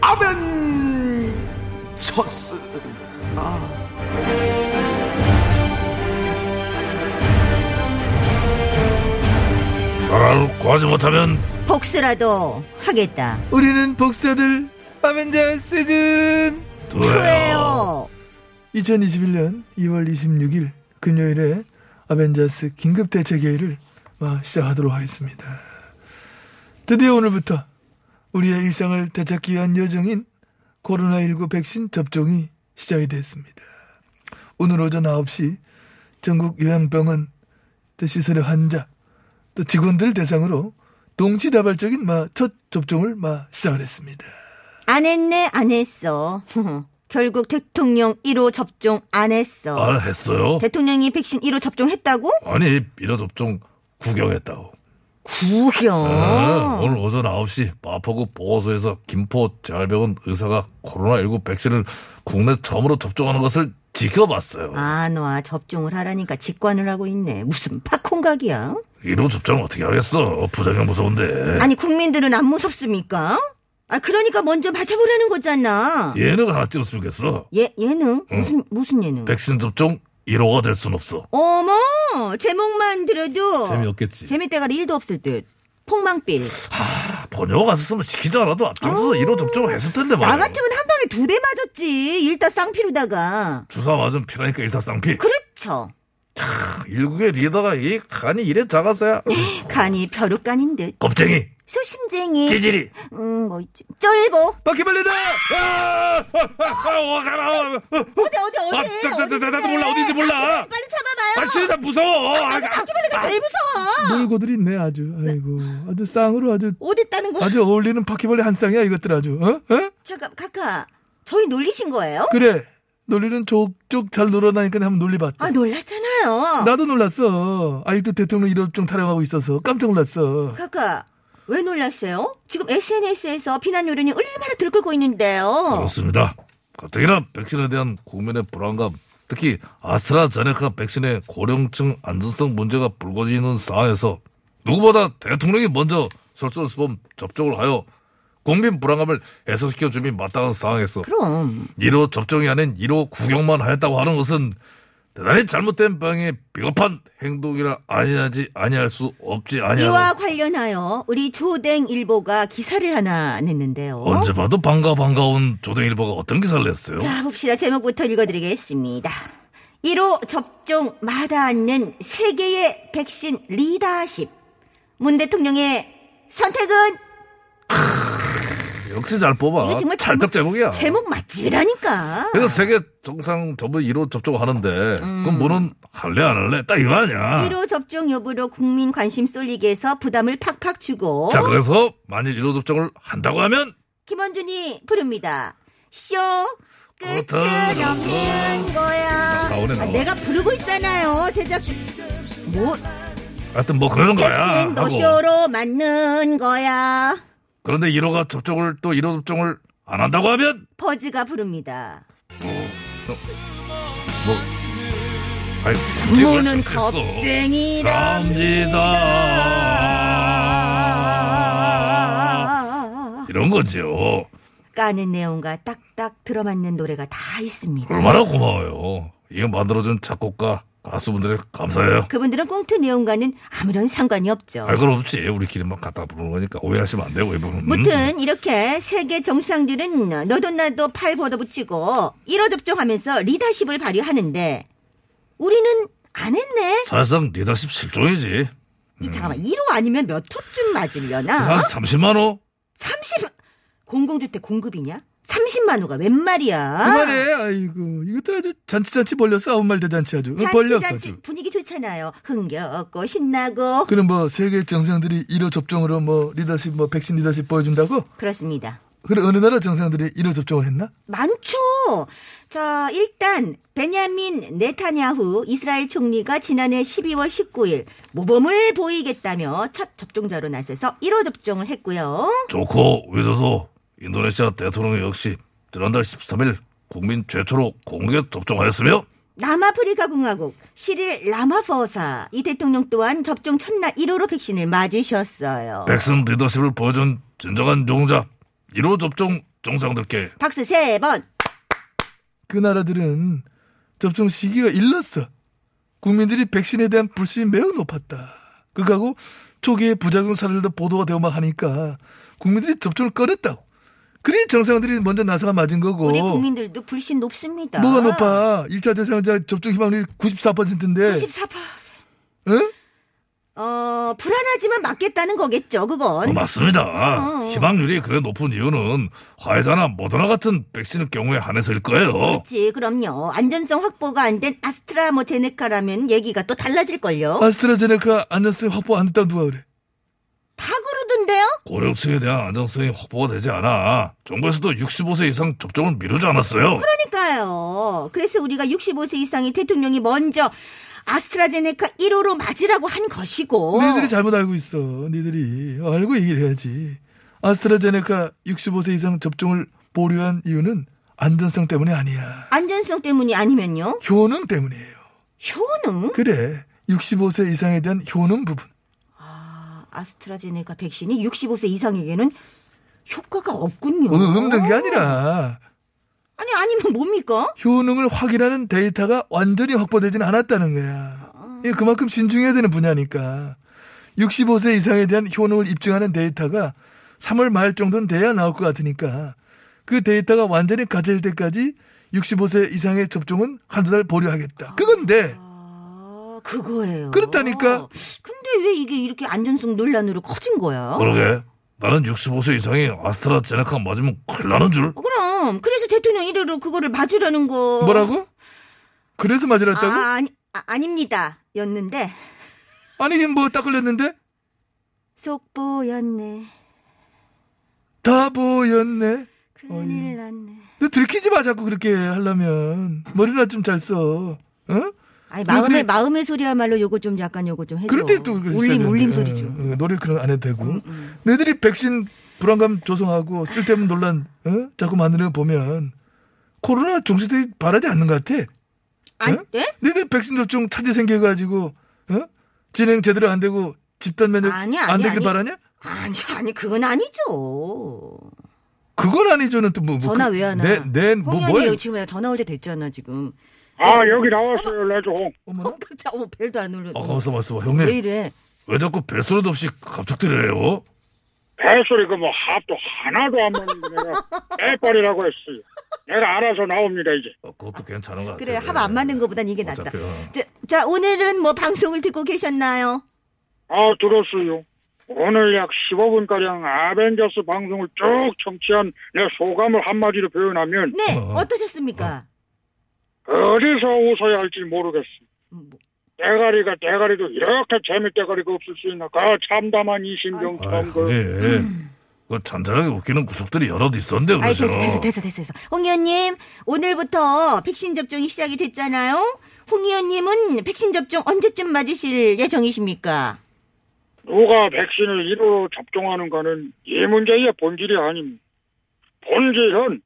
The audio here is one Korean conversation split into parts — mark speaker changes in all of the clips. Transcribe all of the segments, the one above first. Speaker 1: 아벤처스.
Speaker 2: 나라를 구하지 못하면
Speaker 3: 복수라도 하겠다.
Speaker 4: 우리는 복수들 아벤져스든
Speaker 2: 돼요.
Speaker 4: 2021년 2월 26일 금요일에 아벤져스 긴급 대책회의를 막 시작하도록 하겠습니다. 드디어 오늘부터 우리의 일상을 되찾기 위한 여정인 코로나19 백신 접종이 시작이 됐습니다. 오늘 오전 9시 전국 요양병원 또 시설의 환자 또 직원들 대상으로 동시다발적인 마, 첫 접종을 마, 시작을 했습니다.
Speaker 3: 안 했네, 안 했어. 결국 대통령 1호 접종 안 했어.
Speaker 2: 아, 했어요?
Speaker 3: 대통령이 백신 1호 접종했다고?
Speaker 2: 아니, 미라접 종 구경했다고.
Speaker 3: 구경.
Speaker 2: 아, 오늘 오전 9시 마포구 보호소에서 김포 재활병원 의사가 코로나19 백신을 국내 처음으로 접종하는 것을 지켜봤어요.
Speaker 3: 아, 너와 접종을 하라니까 직관을 하고 있네. 무슨 팝콘각이야?
Speaker 2: 이로 접종 어떻게 하겠어? 부작용 무서운데.
Speaker 3: 아니, 국민들은 안 무섭습니까? 아, 그러니까 먼저 맞아보라는 거잖아.
Speaker 2: 예능 하나 띄웠으면 좋겠어.
Speaker 3: 예, 예능? 무슨, 무슨 예능?
Speaker 2: 백신 접종 1호가 될 순 없어.
Speaker 3: 어머! 제목만 들어도.
Speaker 2: 재미없겠지. 아.
Speaker 3: 재미대가리 1도 없을 듯. 폭망빌.
Speaker 2: 번역 갔었으면 시키지 않아도 앞장서서 1호 접종을 했을 텐데 말이야.
Speaker 3: 나 같으면 한 방에 두 대 맞았지. 일단 쌍피로다가.
Speaker 2: 주사 맞은 피라니까 일타쌍피.
Speaker 3: 그렇죠.
Speaker 2: 일국의 리더가 이 간이 이래 작아서야.
Speaker 3: 간이 벼룩간인 듯.
Speaker 2: 겁쟁이,
Speaker 3: 소심쟁이.
Speaker 2: 찌질이.
Speaker 3: 음, 뭐 있지. 쫄보.
Speaker 2: 바퀴벌레다! 아! 오가라!
Speaker 3: 어디, 어디, 어디.
Speaker 2: 아, 나, 나, 나, 나, 나도 몰라. 어딘지 몰라.
Speaker 3: 아, 빨리 잡아봐요.
Speaker 2: 발치이 다 무서워! 아,
Speaker 3: 바퀴벌레가 제일 무서워.
Speaker 4: 놀고들이 있네 아주 아이고 아주 쌍으로 아주
Speaker 3: 어디 있다는 거.
Speaker 4: 아주 어울리는 바퀴벌레 한 쌍이야 이것들 아주 어? 어?
Speaker 3: 잠깐, 카카. 저희 놀리신 거예요?
Speaker 4: 그래 놀리는 족족 잘 놀아나니까 어. 한번 놀리봤다
Speaker 3: 아, 놀랐잖아요.
Speaker 4: 나도 놀랐어 아직도 대통령 일업종 타령하고 있어서 깜짝 놀랐어
Speaker 3: 카카. 왜 놀랐어요? 지금 SNS에서 비난 여론이 얼마나 들끓고 있는데요.
Speaker 2: 그렇습니다. 가뜩이나 백신에 대한 국민의 불안감, 특히 아스트라제네카 백신의 고령층 안전성 문제가 불거지는 상황에서 누구보다 대통령이 먼저 설선수범 접종을 하여 국민 불안감을 해소시켜 줌이 마땅한 상황에서
Speaker 3: 그럼.
Speaker 2: 1호 접종이 아닌 1호 구경만 하였다고 하는 것은 대단히 잘못된 방의 비겁한 행동이라 아니하지 아니할 수 없지
Speaker 3: 이와
Speaker 2: 아니하고
Speaker 3: 관련하여 우리 조댕일보가 기사를 하나 냈는데요.
Speaker 2: 언제 봐도 반가 반가운 조동일보가 어떤 기사를 냈어요?
Speaker 3: 자, 봅시다. 제목부터 읽어드리겠습니다. 1호 접종 마다 않는 세계의 백신 리더십. 문 대통령의 선택은
Speaker 2: 역시 잘 뽑아.
Speaker 3: 이게 정말
Speaker 2: 찰떡
Speaker 3: 제목-
Speaker 2: 제목이야.
Speaker 3: 제목 맛집이라니까.
Speaker 2: 그래서 세계 정상 전부 1호 접종하는데
Speaker 3: 음.
Speaker 2: 그럼 문은 할래 안 할래? 딱 이거 아니야.
Speaker 3: 1호 접종 여부로 국민 관심 쏠리게 해서 부담을 팍팍 주고
Speaker 2: 자 그래서 만일 1호 접종을 한다고 하면
Speaker 3: 김원준이 부릅니다. 쇼 끝은
Speaker 2: 어떤
Speaker 3: 없는 거야. 아,
Speaker 2: 사원에 나와.
Speaker 3: 내가 부르고 있잖아요. 제작 뭐
Speaker 2: 하여튼 뭐 그러는 거야.
Speaker 3: 백신
Speaker 2: 하고.
Speaker 3: 노쇼로 맞는 거야.
Speaker 2: 그런데 1호가 접종을 또 1호 접종을 안 한다고 하면
Speaker 3: 버즈가 부릅니다.
Speaker 2: 뭐 아니 굳이 그럴
Speaker 3: 부모는
Speaker 2: 필요 없어.
Speaker 3: 겁쟁이랍니다. 아,
Speaker 2: 랍니다. 이런 거죠.
Speaker 3: 까는 내용과 딱딱 들어맞는 노래가 다 있습니다.
Speaker 2: 얼마나 고마워요. 이거 만들어준 작곡가 가수분들의 감사해요.
Speaker 3: 그분들은 꽁트 내용과는 아무런 상관이 없죠.
Speaker 2: 알건 없지. 우리끼리만 갖다 부르는 거니까 오해하시면 안 되고
Speaker 3: 음.
Speaker 2: 이분은.
Speaker 3: 무튼 이렇게 세계 정상들은 너도 나도 팔 걷어붙이고 1호 접종하면서 리더십을 발휘하는데 우리는 안 했네.
Speaker 2: 사실상 리더십 실종이지.
Speaker 3: 이 잠깐만 1호 아니면 몇
Speaker 2: 한
Speaker 3: 호쯤 맞으려나?
Speaker 2: 30만 호.
Speaker 3: 30 공공주택 공급이냐? 30만 호가 웬 말이야?
Speaker 4: 그만해 아이고 이것들 아주 잔치잔치 벌렸어 아무 말 대잔치 아주 어, 벌렸어
Speaker 3: 잔치잔치
Speaker 4: 아주.
Speaker 3: 분위기 좋잖아요. 흥겹고 신나고
Speaker 4: 그 그럼 뭐 세계 정상들이 1호 접종으로 뭐 리더십 뭐 백신 리더십 보여준다고?
Speaker 3: 그렇습니다.
Speaker 4: 그래 어느 나라 정상들이 1호 접종을 했나?
Speaker 3: 많죠. 자, 일단 베냐민 네타냐후 이스라엘 총리가 지난해 12월 19일 모범을 보이겠다며 첫 접종자로 나서서 1호 접종을 했고요.
Speaker 2: 조코 위도도 인도네시아 대통령 역시 지난달 13일 국민 최초로 공개 접종하였으며
Speaker 3: 남아프리카 공화국 시릴 라마포사 이 대통령 또한 접종 첫날 1호로 백신을 맞으셨어요.
Speaker 2: 백신 리더십을 보여준 진정한 용자 1호 접종 정상들께
Speaker 3: 박수 세 번.
Speaker 4: 그 나라들은 접종 시기가 일렀어. 국민들이 백신에 대한 불신이 매우 높았다. 그거하고 초기에 부작용 사례도 보도가 되고 막 하니까 국민들이 접종을 꺼렸다고. 그래 정상들이 먼저 나사가 맞은 거고.
Speaker 3: 우리 국민들도 불신 높습니다.
Speaker 4: 뭐가 높아? 1차 대상자 접종 희망률 94%인데.
Speaker 3: 94%.
Speaker 4: 응?
Speaker 3: 어, 불안하지만 맞겠다는 거겠죠, 그건.
Speaker 2: 어, 맞습니다.
Speaker 3: 어.
Speaker 2: 희망률이 그래 높은 이유는 화이자나 모더나 같은 백신의 경우에 한해서일 거예요.
Speaker 3: 그렇지, 그럼요. 안전성 확보가 안 된 아스트라 뭐 제네카라면 얘기가 또 달라질걸요.
Speaker 4: 어. 아스트라제네카 안전성 확보 안 했다 누가 그래?
Speaker 3: 다 그러던데요?
Speaker 2: 고령층에 대한 안정성이 확보가 되지 않아 정부에서도 65세 이상 접종을 미루지 않았어요.
Speaker 3: 그러니까요. 그래서 우리가 65세 이상의 대통령이 먼저 아스트라제네카 1호로 맞으라고 한 것이고.
Speaker 4: 니들이 잘못 알고 있어. 니들이 알고 얘기를 해야지. 아스트라제네카 65세 이상 접종을 보류한 이유는 안전성 때문이 아니야.
Speaker 3: 안전성 때문이 아니면요?
Speaker 4: 효능 때문이에요.
Speaker 3: 효능?
Speaker 4: 그래. 65세 이상에 대한 효능 부분.
Speaker 3: 아, 아스트라제네카 백신이 65세 이상에게는 효과가 없군요.
Speaker 4: 어, 없는 게 아니라
Speaker 3: 아니, 아니면 뭡니까?
Speaker 4: 효능을 확인하는 데이터가 완전히 확보되지는 않았다는 거야. 이게 그만큼 신중해야 되는 분야니까. 65세 이상에 대한 효능을 입증하는 데이터가 3월 말 정도는 돼야 나올 것 같으니까 그 데이터가 완전히 가질 때까지 65세 이상의 접종은 한두 달 보류하겠다. 그건데
Speaker 3: 아, 그거예요.
Speaker 4: 그렇다니까.
Speaker 3: 근데 왜 이게 이렇게 안전성 논란으로 커진 거야?
Speaker 2: 그러게 나는 65세 이상이 아스트라제네카 맞으면 큰일 나는 줄.
Speaker 3: 어, 그럼 그래서 대통령 이래로 그거를 맞으라는 거
Speaker 4: 뭐라고? 그래서 맞으랬다고?
Speaker 3: 아, 아니 아, 아닙니다 였는데
Speaker 4: 아니 이게 뭐딱 걸렸는데?
Speaker 3: 속보였네
Speaker 4: 다 보였네.
Speaker 3: 큰일 났네
Speaker 4: 너 들키지 마 자꾸 그렇게 하려면 머리나 좀 잘 써. 어?
Speaker 3: 아니
Speaker 4: 왜 그래?
Speaker 3: 마음의 마음의 소리야말로 요거 좀 약간 요거 좀 해줘
Speaker 4: 그럴 때또 어,
Speaker 3: 울림 울림 소리죠 음,
Speaker 4: 노래 그런 거 안 해도 되고. 너희들이 백신 불안감 조성하고 쓸데없는 논란 어? 자꾸 만드는 거 보면 코로나 종식들이 바라지 않는 것 같아.
Speaker 3: 아니
Speaker 4: 응?
Speaker 3: 예?
Speaker 4: 너희들 백신 접종 차질 생겨가지고 어? 진행 제대로 안 되고 집단 면역
Speaker 3: 아니,
Speaker 4: 안
Speaker 3: 아니,
Speaker 4: 되길
Speaker 3: 아니.
Speaker 4: 바라냐?
Speaker 3: 아니 아니 그건 아니죠
Speaker 4: 그건 아니죠는 또뭐 뭐,
Speaker 3: 전화
Speaker 4: 그-
Speaker 3: 왜 하나
Speaker 4: 내, 내, 뭐,
Speaker 3: 홍현이
Speaker 4: 뭘.
Speaker 3: 지금 왜 전화 올 때 됐잖아 지금
Speaker 5: 아 여기 나왔어요 레종
Speaker 4: 어머나?
Speaker 3: 깜짝 어머 벨도 안 울려
Speaker 2: 아 가만있어 가만있어 봐
Speaker 3: 왜
Speaker 2: 형님
Speaker 3: 이래
Speaker 2: 왜 자꾸 벨소리도 없이 갑작들이래요?
Speaker 5: 배소리 그뭐 합도 하나도 안 먹는데 내가 빼빨이라고 했어요 내가 알아서 나옵니다 이제
Speaker 2: 어, 그것도 괜찮은 것 같아.
Speaker 3: 그래 합 안 맞는 것보단 이게 낫다
Speaker 2: 어차피, 어.
Speaker 3: 자, 자 오늘은 뭐 방송을 듣고 계셨나요?
Speaker 5: 아 들었어요 오늘 약 15분가량 아벤져스 방송을 쭉 청취한 내 소감을 한마디로 표현하면
Speaker 3: 네
Speaker 2: 어.
Speaker 3: 어, 떠셨습니까
Speaker 5: 어디서 웃어야 할지 모르겠어 대가리가 대가리도 이렇게 재밌대가리가 없을 수 있나 그 참담한 이심병
Speaker 2: 아이,
Speaker 5: 참그
Speaker 2: 형님 그 잔잔하게 웃기는 구석들이 여럿 있었는데
Speaker 3: 아이 됐어 됐어
Speaker 2: 그러잖아.
Speaker 3: 됐어 됐어 됐어. 홍 의원님 오늘부터 백신 접종이 시작이 됐잖아요. 홍 의원님은 백신 접종 언제쯤 맞으실 예정이십니까?
Speaker 5: 누가 백신을 1호로 접종하는가는 이 문제의 본질이 아닙니다. 본질은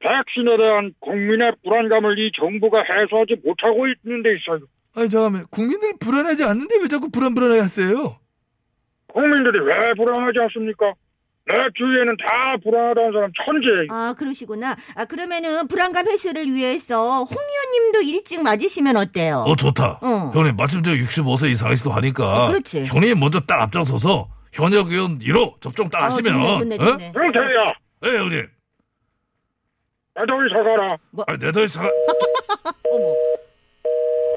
Speaker 5: 백신에 대한 국민의 불안감을 이 정부가 해소하지 못하고 있는 데 있어요.
Speaker 4: 아니, 잠깐만. 국민들 불안하지 않는데 왜 자꾸 불안불안해 하세요?
Speaker 5: 국민들이 왜 불안하지 않습니까? 내 주위에는 다 불안하다는 사람 천재예요.
Speaker 3: 아 그러시구나. 아 그러면은 불안감 해소를 위해서 홍 의원님도 일찍 맞으시면 어때요?
Speaker 2: 어 좋다.
Speaker 3: 어.
Speaker 2: 형님 마침 저 65세 이상이시도 하니까
Speaker 3: 어, 그렇지.
Speaker 2: 형님 먼저 딱 앞장서서 현역 의원 1호 접종 딱
Speaker 3: 아,
Speaker 2: 하시면
Speaker 3: 좋네 좋네
Speaker 2: 어?
Speaker 3: 좋네.
Speaker 5: 그렇대야
Speaker 2: 예 형님.
Speaker 5: 애들이 사가라.
Speaker 2: 아니 내더위 사.
Speaker 3: 뭐?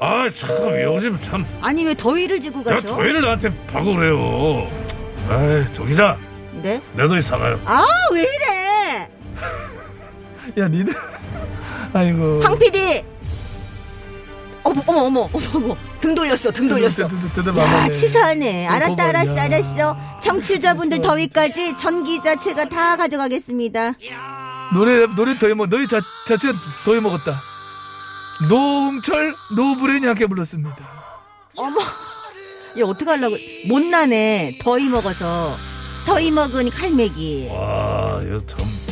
Speaker 3: 어머.
Speaker 2: 아참 요즘 참
Speaker 3: 아니 왜 더위를 지고
Speaker 2: 내가
Speaker 3: 가죠?
Speaker 2: 저희를 나한테 박고 그래요. 아이 저 기자
Speaker 3: 네.
Speaker 2: 내더위 사가요.
Speaker 3: 아 왜 이래?
Speaker 4: 야, 니들. 아이고.
Speaker 3: 황 PD. 어 어머 어머 어머 어머 등 돌렸어 등 돌렸어.
Speaker 4: 야,
Speaker 3: 아, 치사하네. 알았다,
Speaker 4: 그거
Speaker 3: 알았어,
Speaker 4: 야.
Speaker 3: 알았어. 청취자분들 더위까지 전기자 제가 다 가져가겠습니다.
Speaker 4: 노래 노래 더해 먹 너희 자, 자체가 더해 먹었다. 노홍철 노브레니 함께 불렀습니다.
Speaker 3: 얘 어떻게 하려고? 못 나네. 더위 먹어서. 더위 먹은 칼매기.
Speaker 2: 와, 이거 참